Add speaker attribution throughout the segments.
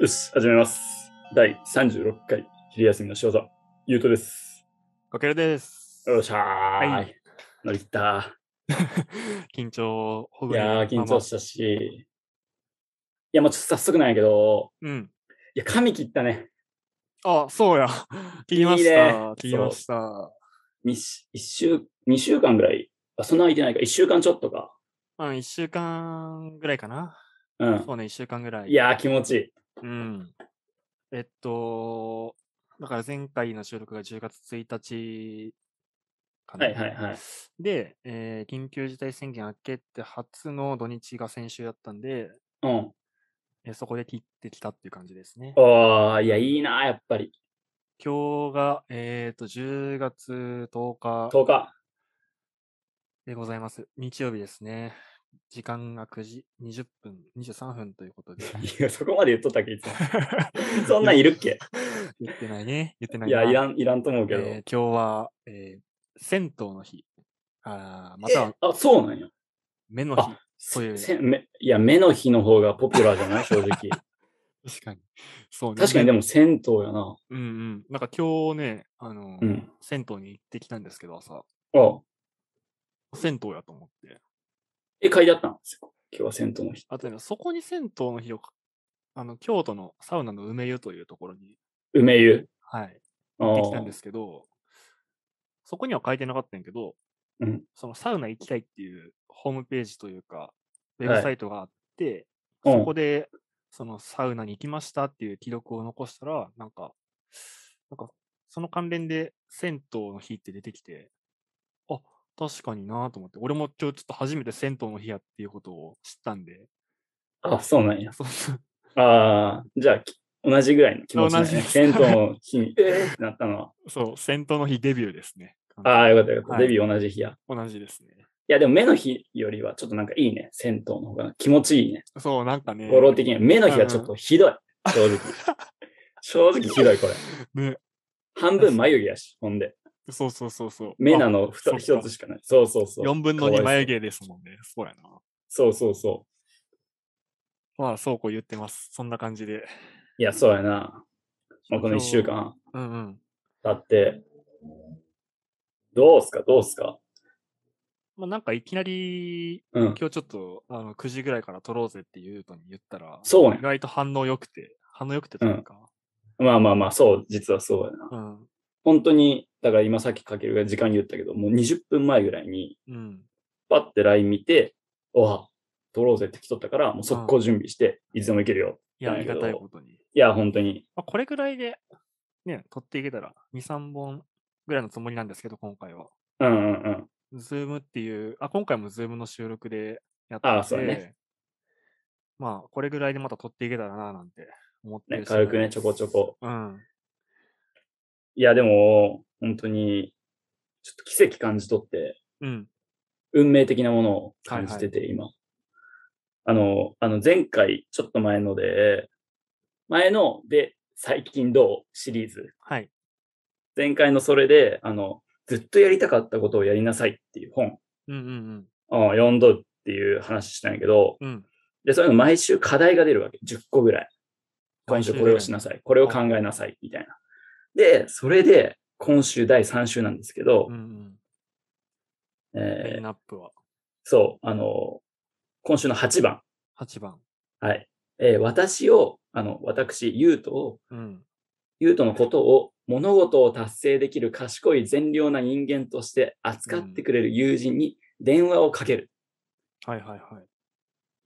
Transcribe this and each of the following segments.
Speaker 1: よし、始めます。第36回、昼休みの仕業、ゆうとです。
Speaker 2: かけるです。
Speaker 1: よっしゃーい。
Speaker 2: はい
Speaker 1: 乗り切った。
Speaker 2: 緊張をほ
Speaker 1: い
Speaker 2: ぐれ
Speaker 1: やー、
Speaker 2: ま
Speaker 1: 緊
Speaker 2: ま
Speaker 1: 張したし。いや、もうちょっと早速なんやけど、
Speaker 2: うん。
Speaker 1: いや、髪切ったね。
Speaker 2: あ、そう や。切りまし
Speaker 1: いいね
Speaker 2: た。切りました。
Speaker 1: 2週、二週間ぐらい。あ、そんな空いてないか。1週間ちょっとか。
Speaker 2: うん、一週間ぐらいかな。
Speaker 1: うん。
Speaker 2: そうね、一週間ぐらい。
Speaker 1: いやー、気持ちいい。
Speaker 2: うん。えっと、だから前回の収録が10月1日かな。
Speaker 1: はいはいはい。
Speaker 2: で、えー緊急事態宣言明けて初の土日が先週だったんで、
Speaker 1: うん。
Speaker 2: えーそこで切ってきたっていう感じですね。
Speaker 1: おー、いや、いいなー、やっぱり。
Speaker 2: 今日が、えっ、と、10月10日。
Speaker 1: 10日。
Speaker 2: でございます。日曜日ですね。時間が9時20分、23分ということで。
Speaker 1: いや、そこまで言っとったっけ、いつも そんなんいるっけ
Speaker 2: 言ってないね。言ってない
Speaker 1: いや、い
Speaker 2: ん
Speaker 1: らん、いらんと思うけど。
Speaker 2: えー今日は、えー銭湯の日。あーまたは
Speaker 1: あ、そうなんや。
Speaker 2: 目の日。そういう
Speaker 1: せめいや、目の日の方がポピュラーじゃ ない正直。
Speaker 2: 確かに。そうね。
Speaker 1: 確かにで
Speaker 2: も。
Speaker 1: も銭湯やな。
Speaker 2: うんうん。なんか今日ね、あの、
Speaker 1: うん。
Speaker 2: 銭湯に行ってきたんですけど、朝。
Speaker 1: あ
Speaker 2: 銭湯やと思って。
Speaker 1: え、書いてあったんですよ。今日は銭湯の日。
Speaker 2: あとね、そこに銭湯の日をか、あの、京都のサウナの梅湯というところに、
Speaker 1: 梅湯。
Speaker 2: はい、
Speaker 1: あ
Speaker 2: 行っ
Speaker 1: あ
Speaker 2: てきたんですけど、そこには書いてなかったんやけど、
Speaker 1: うん
Speaker 2: そのサウナ行きたいっていうホームページというか、ウ
Speaker 1: い
Speaker 2: ェブサイトがあって、
Speaker 1: うん
Speaker 2: そこでそのサウナに行きましたっていう記録を残したら、なんか、なんかその関連で銭湯の日って出てきて、あ確かになと思って、俺も今日ちょっと初めて銭湯の日やっていうことを知ったんで、
Speaker 1: あ、そうなんや。
Speaker 2: そうそう
Speaker 1: ああ、じゃあ、き同じぐらいの気持ち、ね。
Speaker 2: 同じです
Speaker 1: 銭湯の日 に、えーってなったのは。
Speaker 2: そう、銭湯の日デビューですね。
Speaker 1: ああ、よかったよかった。
Speaker 2: は
Speaker 1: デ
Speaker 2: い
Speaker 1: ビュー同じ日や。い
Speaker 2: 同じですね。
Speaker 1: や、でも目の日よりはちょっとなんかいいね。銭湯の方が気持ちいいね。
Speaker 2: そう、なんかね。
Speaker 1: 語呂的には。目の日はちょっとひどい。正直。正直ひどい、これ。
Speaker 2: ね、
Speaker 1: 半分眉毛やし、ほんで。
Speaker 2: そうそうそうそう。
Speaker 1: 目な
Speaker 2: あ
Speaker 1: の
Speaker 2: そっか
Speaker 1: 一つしかない。そうそうそう。
Speaker 2: 4分の2眉毛ですもんね。そうやな。
Speaker 1: そうそうそ
Speaker 2: まあ、そうこう言ってます。そんな感じで。
Speaker 1: う。いや、そうやな。まあ、この
Speaker 2: 今
Speaker 1: 1
Speaker 2: 日
Speaker 1: 週。間
Speaker 2: うんうん。
Speaker 1: 経って、どうすか、どうすか。
Speaker 2: まあ、なんかいきなり、
Speaker 1: うん。
Speaker 2: 今日ちょっとあの9時ぐらいから撮ろうぜって言うとに言ったら、
Speaker 1: そうね
Speaker 2: 意。外と反応良くて、反応良くてというか、
Speaker 1: まあまあまあ、そう、実はそうやな。
Speaker 2: うん、
Speaker 1: 本当に、だから今さっきかけるが時間に言ったけど、もう20分前ぐらいに、
Speaker 2: うん、
Speaker 1: パッて LINE 見て、わ、撮ろうぜって来とったから、もう速攻準備して、いつでも行けるよ。
Speaker 2: いや、
Speaker 1: だ
Speaker 2: あ
Speaker 1: け
Speaker 2: り
Speaker 1: ど
Speaker 2: がたいことに。
Speaker 1: いや、本当に。
Speaker 2: まあ、これぐらいで、ね、撮っていけたら、2、3本ぐらいのつもりなんですけど、今回は。
Speaker 1: うんうんうん。
Speaker 2: ズームっていう、あ、今回もズームの収録でやって
Speaker 1: あそうだね
Speaker 2: まあ、これぐらいでまた撮っていけたらな、なんて思って
Speaker 1: ね、
Speaker 2: る次第
Speaker 1: 軽くね、
Speaker 2: で
Speaker 1: ちょこちょ
Speaker 2: す。
Speaker 1: こ。
Speaker 2: うん。
Speaker 1: いや、でも、本当に、ちょっと奇跡感じ取って、
Speaker 2: うん。
Speaker 1: 運命的なものを感じてて、今。あの、あの、前回、ちょっと前ので、前ので、最近どうシリーズ。
Speaker 2: はい。
Speaker 1: 前回のそれで、あの、ずっとやりたかったことをやりなさいっていう本
Speaker 2: うんうん
Speaker 1: を読んどるっていう話したんやけど、
Speaker 2: うん。うん。
Speaker 1: で、そういうの毎週課題が出るわけ。10個ぐらい。今週
Speaker 2: 毎週
Speaker 1: これをしなさい。これを考えなさい。みたいな。で、それで、今週第3週なんですけど
Speaker 2: う、んうん。ラ
Speaker 1: え
Speaker 2: イ
Speaker 1: ー
Speaker 2: ンナップは
Speaker 1: そう、あの、今週の8番。
Speaker 2: 8番。
Speaker 1: はい。えー私を、あの、私、ゆうとを、
Speaker 2: うん。
Speaker 1: ゆうとのことを、物事を達成できる賢い善良な人間として扱ってくれる友人に電話をかける。
Speaker 2: はいはいはい。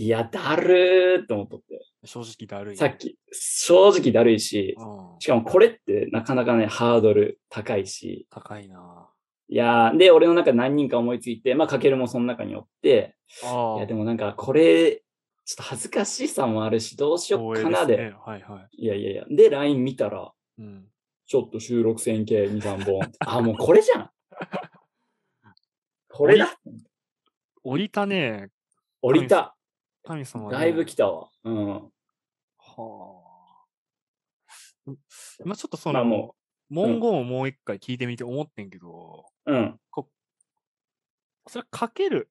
Speaker 1: いや、だるーと思っとって。
Speaker 2: 正直だるいね。
Speaker 1: さっき、正直だるいし
Speaker 2: う、ん。
Speaker 1: しかもこれってなかなかね、ハードル高いし。
Speaker 2: 高いな。
Speaker 1: いやー、で、俺の中で何人か思いついて、まあ、かけるもその中におって、
Speaker 2: あ
Speaker 1: い
Speaker 2: あ。
Speaker 1: や、でもなんか、これ、ちょっと恥ずかしさもあるし、どうしよっ
Speaker 2: 光栄
Speaker 1: かな
Speaker 2: す
Speaker 1: で。
Speaker 2: ね。はいはい
Speaker 1: やいやいや。で、LINE 見たら、
Speaker 2: い。うん。
Speaker 1: ちょっと収録線形2、3本。あ、もうこれじゃん。これだ。
Speaker 2: 降りたね。
Speaker 1: 降りた。
Speaker 2: 神様ね。
Speaker 1: だいぶ来たわ。うん。
Speaker 2: はあ。今ちょっとそ
Speaker 1: まあ
Speaker 2: の、
Speaker 1: も
Speaker 2: 文言をもう一回聞いてみて思ってんけど、
Speaker 1: う、うん。
Speaker 2: それかける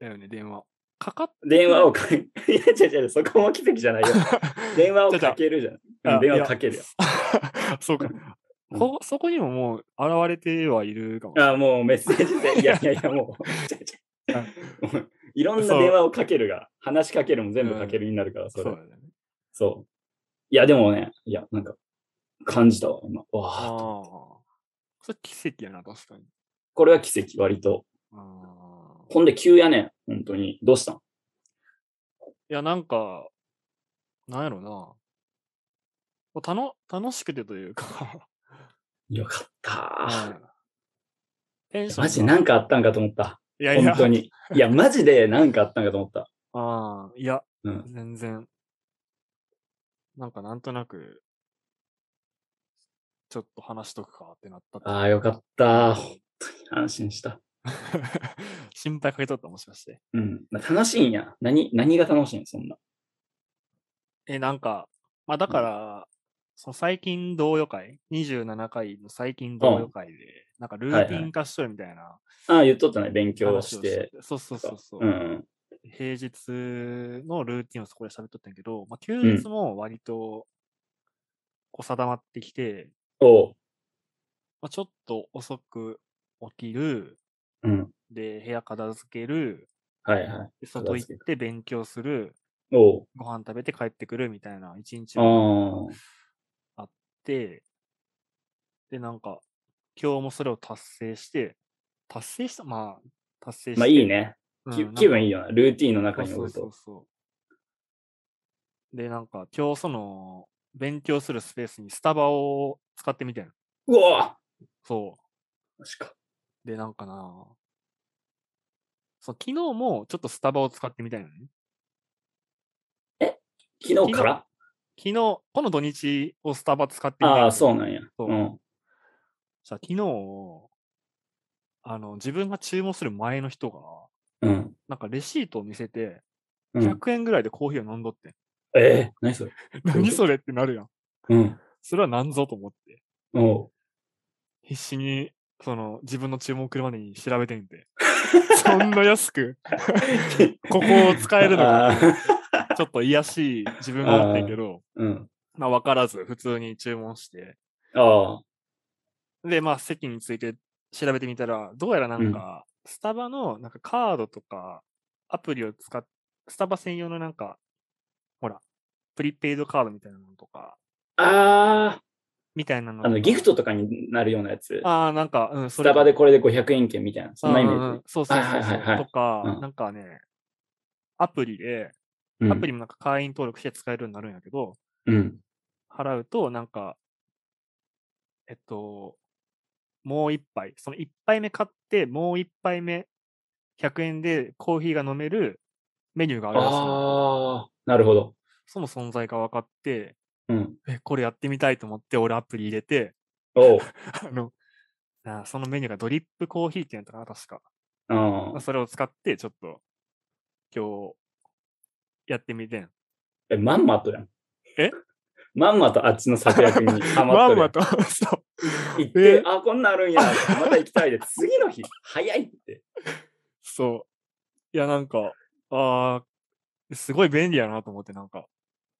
Speaker 2: だよね、電話。かかっ
Speaker 1: 電話をかけ、いや違う違う、そこも奇跡じゃないよ。 電話をかけるじゃん。
Speaker 2: あ
Speaker 1: うん電話をかけるよ。
Speaker 2: そうか。
Speaker 1: うん
Speaker 2: こそこにももう現れてはいるかもしれない。
Speaker 1: あもうメッセージ で、いやいやいや、もう、違う違うもういろんな電話をかけるが、話しかけるも全部かけるになるから、そ
Speaker 2: そう
Speaker 1: れ。
Speaker 2: だよね。
Speaker 1: そう。いや、でもね、いや、なんか、感じたわ、今。わあ
Speaker 2: ああ。それ奇跡やな、確かに。
Speaker 1: これは奇跡、割と。
Speaker 2: あー
Speaker 1: ほんで、急やねん、本当に。どうしたん
Speaker 2: いや、なんか、なんやろな。たの楽しくてというか、
Speaker 1: よかった
Speaker 2: はいテンションが
Speaker 1: マジなんかあったんかと思った。
Speaker 2: いやいや
Speaker 1: 本当に。いや、マジでなんかあったんかと思った。
Speaker 2: ああ、いや、
Speaker 1: うん
Speaker 2: 全然。なんかなんとなく、ちょっと話しとくかってなったっていう
Speaker 1: ああ、よかった。本当に安心した。
Speaker 2: 心配かけとったもしかして。
Speaker 1: うん。楽しいんや。何、何が楽しいんそんな。
Speaker 2: え、なんか、まあだから、その最近同様会、27回の最近同様会で、なんかルーティン化しとるみたいな
Speaker 1: ああ、言っとったね。勉強
Speaker 2: 話
Speaker 1: し
Speaker 2: を
Speaker 1: て。。
Speaker 2: そうそうそうそう。
Speaker 1: うんうん。
Speaker 2: 平日のルーティンをそこで喋っとったんやけど、まあ、休日も割とこう定まってきて、
Speaker 1: おう。
Speaker 2: まあ、ちょっと遅く起きる、
Speaker 1: うん。
Speaker 2: で、部屋片付ける、
Speaker 1: はいはい。
Speaker 2: で外
Speaker 1: 片
Speaker 2: 行
Speaker 1: 付け
Speaker 2: って勉強する、
Speaker 1: おう。
Speaker 2: ご飯食べて帰ってくるみたいな一日を
Speaker 1: あ
Speaker 2: って、で、なんか、今日もそれを達成して、達成した、まあ、達
Speaker 1: あ。
Speaker 2: 成して。
Speaker 1: まあいいね。
Speaker 2: うん。
Speaker 1: 気
Speaker 2: なんか
Speaker 1: 気分いいよな。ルーティンの中
Speaker 2: そう
Speaker 1: に
Speaker 2: そ
Speaker 1: お
Speaker 2: う
Speaker 1: る
Speaker 2: そう
Speaker 1: と。
Speaker 2: そう。で、なんか、今日その、勉強するスペースにスタバを使ってみたいな。
Speaker 1: うわ
Speaker 2: そ
Speaker 1: マジか。
Speaker 2: う。で、なんかなそう昨日もちょっとスタバを使ってみたいのね。
Speaker 1: 昨日から
Speaker 2: 昨日、この土日をスタバ使ってみたい
Speaker 1: ああ、そう
Speaker 2: ね。
Speaker 1: なんや。
Speaker 2: そう
Speaker 1: うん。
Speaker 2: さ昨日、あの、自分が注文する前の人が、
Speaker 1: うん。
Speaker 2: なんかレシートを見せて、
Speaker 1: うん、
Speaker 2: 100円ぐらいでコーヒーを飲んどって。
Speaker 1: ええ何それ。
Speaker 2: 何それってなるやん。
Speaker 1: うん。
Speaker 2: それは何ぞと思って。
Speaker 1: おう。
Speaker 2: 必死に、その、自分の注文来るまでに調べてみて。 そんな安く、 ここを使えるのか
Speaker 1: あー
Speaker 2: ちょっと癒やしい自分がおってんけど、
Speaker 1: うん。
Speaker 2: まあ分からず、普通に注文して。
Speaker 1: あ
Speaker 2: で、まあ席について調べてみたら、どうやらなんか、スタバのなんかカードとか、アプリを使っ、スタバ専用のなんか、ほら、プリペイドカードみたいなのとか、
Speaker 1: あ。あ
Speaker 2: みたいなの
Speaker 1: あ。あの、
Speaker 2: が
Speaker 1: ギフトとかになるようなやつ。
Speaker 2: ああ、なんか、うん、そ
Speaker 1: ス
Speaker 2: れ
Speaker 1: タバ
Speaker 2: で
Speaker 1: でこれで500円券みたいな。そんなイメ
Speaker 2: うんう
Speaker 1: ージ
Speaker 2: ん。そうそうそうそ
Speaker 1: は
Speaker 2: う、
Speaker 1: いはいはいはい
Speaker 2: とか、
Speaker 1: うん
Speaker 2: なんかね、アプリで、。
Speaker 1: うん
Speaker 2: アプリもなんか会員登録して使えるようになるんやけど、
Speaker 1: うん。
Speaker 2: 払うと、なんか、えっと、もう一杯、その一杯目買って、もう一杯目、100円でコーヒーが飲めるメニューがあるらしいの。
Speaker 1: ああ。なるほど。
Speaker 2: その存在が分かって、
Speaker 1: うん。
Speaker 2: え、これやってみたいと思って、俺アプリ入れて、
Speaker 1: おう。
Speaker 2: あの、なあそのメニューがドリップコーヒーってやったかな、確か。
Speaker 1: あ
Speaker 2: まあ
Speaker 1: ー
Speaker 2: それを使って、ちょっと、今日、やってみてん。
Speaker 1: え、まんまとやん。
Speaker 2: え
Speaker 1: まんまとあっちの策略にハマっ
Speaker 2: ま
Speaker 1: と
Speaker 2: ん
Speaker 1: るや
Speaker 2: ま
Speaker 1: ん。
Speaker 2: と、そう。
Speaker 1: 行っ
Speaker 2: え
Speaker 1: て、あ、こんなんあるんや。また行きたいで。次の日、早いって。
Speaker 2: そう。いや、なんか、あーすごい便利やなと思って、なんか、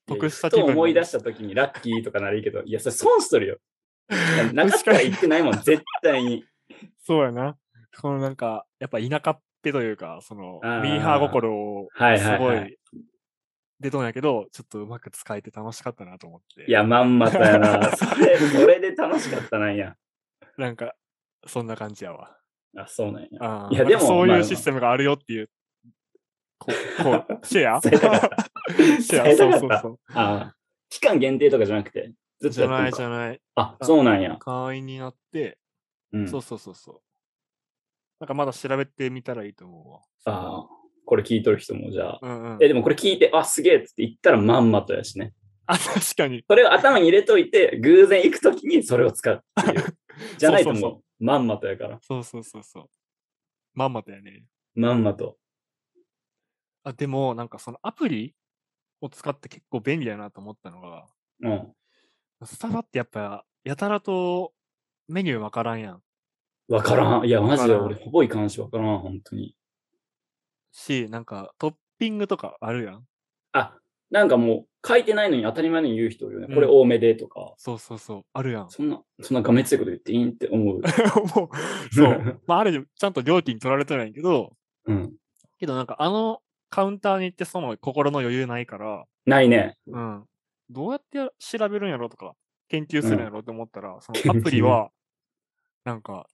Speaker 2: 得した気
Speaker 1: と
Speaker 2: 分
Speaker 1: 思い出
Speaker 2: し
Speaker 1: した時にラッキーとかならいいけど、いや、それ損しとるよ。なかったら行ってないもん、絶対に。
Speaker 2: そうやな。このなんか、やっぱ田舎っぺというか、その、ミ
Speaker 1: あー
Speaker 2: ーハー心を、
Speaker 1: はいは
Speaker 2: す
Speaker 1: い、
Speaker 2: ご
Speaker 1: はい。
Speaker 2: い、出とんやけど、ちょっとうまく使えて楽しかったなと思って。
Speaker 1: い、や、まんまとやな。それ、それで楽しかったなんや。
Speaker 2: なんか、そんな感じやわ。
Speaker 1: あ、そうなんや。
Speaker 2: あ
Speaker 1: い
Speaker 2: ー
Speaker 1: や
Speaker 2: なん
Speaker 1: で
Speaker 2: か
Speaker 1: も
Speaker 2: そう
Speaker 1: まあ
Speaker 2: い
Speaker 1: ま
Speaker 2: う
Speaker 1: あ
Speaker 2: システムがあるよっていう、こう、こうシ ェア
Speaker 1: 伝えたかった。
Speaker 2: シ
Speaker 1: 伝
Speaker 2: ェア、
Speaker 1: え
Speaker 2: そ
Speaker 1: たか
Speaker 2: うそ
Speaker 1: っ
Speaker 2: う
Speaker 1: た。
Speaker 2: そう。
Speaker 1: あ期間限定とかじゃなくて、ずっと
Speaker 2: じゃ
Speaker 1: やって
Speaker 2: な
Speaker 1: る
Speaker 2: いじ
Speaker 1: か。
Speaker 2: ゃない。
Speaker 1: あ、そうなんや。
Speaker 2: 会員になって、
Speaker 1: うん、
Speaker 2: そうそうそうそう。なんかまだ調べてみたらいいと思うわ。
Speaker 1: あーこれ聞いとる人もじゃあ。
Speaker 2: うんうん
Speaker 1: え、。でもこれ聞いて、あ、すげえっつって言ったらまんまとやしね。
Speaker 2: あ、確かに。
Speaker 1: それを頭に入れといて、偶然行くときに それを使うっていう。じゃないと
Speaker 2: そうそう
Speaker 1: もう、まんまとやから。
Speaker 2: そうそうそうそう。まんまだよね。
Speaker 1: まんまと。
Speaker 2: あ、でも、なんかそのアプリを使って結構便利だなと思ったのが、
Speaker 1: うん。
Speaker 2: スタバってやっぱ、やたらとメニューわからんやん。
Speaker 1: わからん。いや、マジで
Speaker 2: わからん
Speaker 1: 俺、ほぼいかんし、わからん、本当に。
Speaker 2: し、なんかトッピングとかあるやん。
Speaker 1: あ、なんかもう書いてないのに当たり前のように言う人いるよね。
Speaker 2: うん
Speaker 1: これ多めでとか。
Speaker 2: そうそうそう、あるやん。
Speaker 1: そんな、そんながめついこと言っていいんって 思う。
Speaker 2: もう、そう。 まあ、ある種、ちゃんと料金取られてないけど、
Speaker 1: うん。
Speaker 2: けどなんかあのカウンターに行ってその心の余裕ないから、
Speaker 1: ないね。
Speaker 2: うん。どうやってや調べるんやろとか、研究するんやろと思ったら、そ
Speaker 1: 研
Speaker 2: の
Speaker 1: 究
Speaker 2: アプリは、なんか、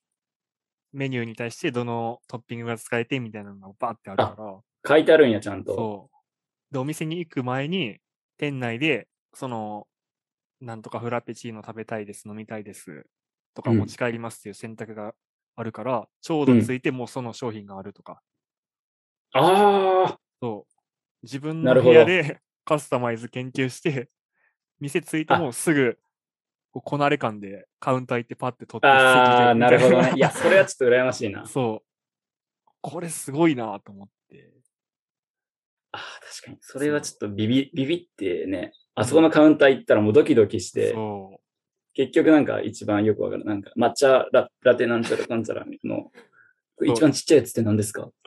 Speaker 2: メニューに対してどのトッピングが使えてみたいなのがバーってあるから、
Speaker 1: 書いてあるんや、ちゃんと。
Speaker 2: そう。で、お店に行く前に、店内で、その、なんとかフラペチーノ食べたいです、飲みたいです、とか
Speaker 1: うん
Speaker 2: 持ち帰りますっていう選択があるから、ちょうどついてもうその商品があるとか、
Speaker 1: ああ、
Speaker 2: そう。自分
Speaker 1: な
Speaker 2: の
Speaker 1: る
Speaker 2: 部
Speaker 1: ほど
Speaker 2: 屋で カスタマイズ研究して、店ついてもすぐ、こうこなれ感でカウンター行ってパッて取って
Speaker 1: ああ、なるほどね。 いや、それは
Speaker 2: ち
Speaker 1: ちょっと羨ましいな。あ
Speaker 2: そう。これすごいなと思って。
Speaker 1: あー、確かに。それはちょっとビビ、ビビってね。あそこのカウンター行ったらもうドキドキして、
Speaker 2: そ
Speaker 1: 結局なんか一番よくわかる。なんか抹茶ララテなんちゃらなんちゃらの、これ
Speaker 2: そう
Speaker 1: 一番ちっちゃいやつって何ですか
Speaker 2: う。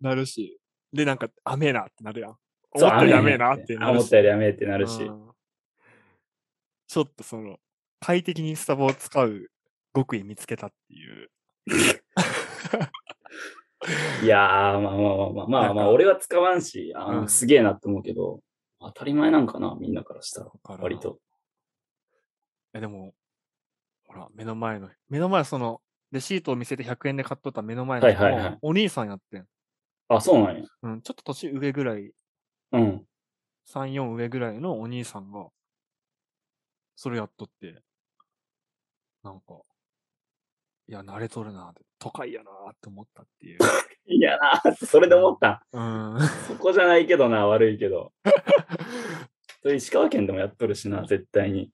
Speaker 2: なるし。で、なんか、甘えなってなるやん。
Speaker 1: そ
Speaker 2: 思
Speaker 1: う
Speaker 2: ったより甘えな
Speaker 1: 甘
Speaker 2: っ
Speaker 1: え
Speaker 2: て
Speaker 1: あ
Speaker 2: なる
Speaker 1: 思
Speaker 2: し。
Speaker 1: ったよりやめってなるし。
Speaker 2: うんちょっとその、快適にスタバを使う極意見つけたっていう。
Speaker 1: いやー、まあまあまあまあ、まあ、ま
Speaker 2: なん
Speaker 1: あ、
Speaker 2: か
Speaker 1: 俺は使わんし、あ
Speaker 2: うん
Speaker 1: のすげえなって思うけど、当たり前なんかな、みんなからしたら、
Speaker 2: から
Speaker 1: 割と。
Speaker 2: え、でも、ほら、目の前の、目の前その、レシートを見せて100円で買っとった目の前の人も、
Speaker 1: はいはいはい
Speaker 2: お兄さんやってん。
Speaker 1: あ、そうなんや。
Speaker 2: うん、ちょっと年上ぐらい、
Speaker 1: うん。
Speaker 2: 3、4上ぐらいのお兄さんが、それやっとって、なんか、いや、慣れとるなって、都会やなって思ったっ ていう。
Speaker 1: いやなー、それで思った。
Speaker 2: うん。
Speaker 1: そこじゃないけどな、悪いけど。それ石川県でもやっとるしな、絶対に。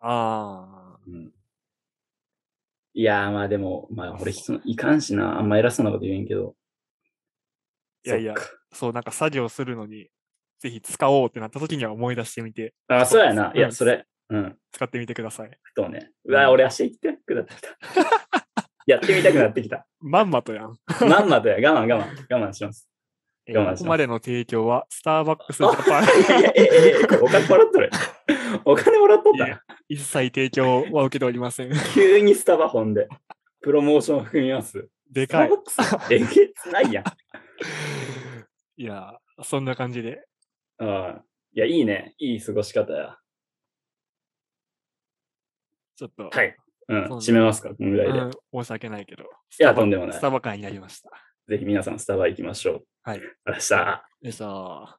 Speaker 2: ああ、
Speaker 1: うん、いやー、まあでも、まあ俺、そのいかんしな、あんま偉そうなこと言えんけど。
Speaker 2: いやいや
Speaker 1: そっか
Speaker 2: そう、なんか作業するのに、ぜひ使おうってなった時には思い出してみて、
Speaker 1: あ、そうやな。い
Speaker 2: うん
Speaker 1: や、それ。うん。
Speaker 2: 使ってみてください。
Speaker 1: ふとね。
Speaker 2: ん
Speaker 1: うわ、俺足行きたくなってきた。 やってみたくなってき た。
Speaker 2: まんまとやん。
Speaker 1: まんまとや、我慢我慢、我慢し ます。
Speaker 2: え
Speaker 1: 我慢しま
Speaker 2: ーこ
Speaker 1: す
Speaker 2: こまでの提供は、スターバックスジャパン。
Speaker 1: いやいや、え、え、え、これお金もらっとる。お金もらっとっ
Speaker 2: い
Speaker 1: た
Speaker 2: や
Speaker 1: な。
Speaker 2: 一切提供は受けておりません。
Speaker 1: 急にスタバ本で。プロモーションを踏みます。
Speaker 2: で
Speaker 1: スタ
Speaker 2: か
Speaker 1: ー
Speaker 2: い
Speaker 1: バ。ックスえげつないやん。
Speaker 2: いや、そんな感じで。
Speaker 1: うんいや、いいね。いい過ごし方や。
Speaker 2: ちょっと、
Speaker 1: はい。うん
Speaker 2: そう。
Speaker 1: 締めますか、このぐらいで。
Speaker 2: う
Speaker 1: い
Speaker 2: ん申し訳ないけど、
Speaker 1: や、とんでもない
Speaker 2: ス。タバ会になりました。
Speaker 1: ぜひ皆さんスタバ行きましょう。
Speaker 2: は
Speaker 1: あ
Speaker 2: い。
Speaker 1: りがとうございました。
Speaker 2: でさあ。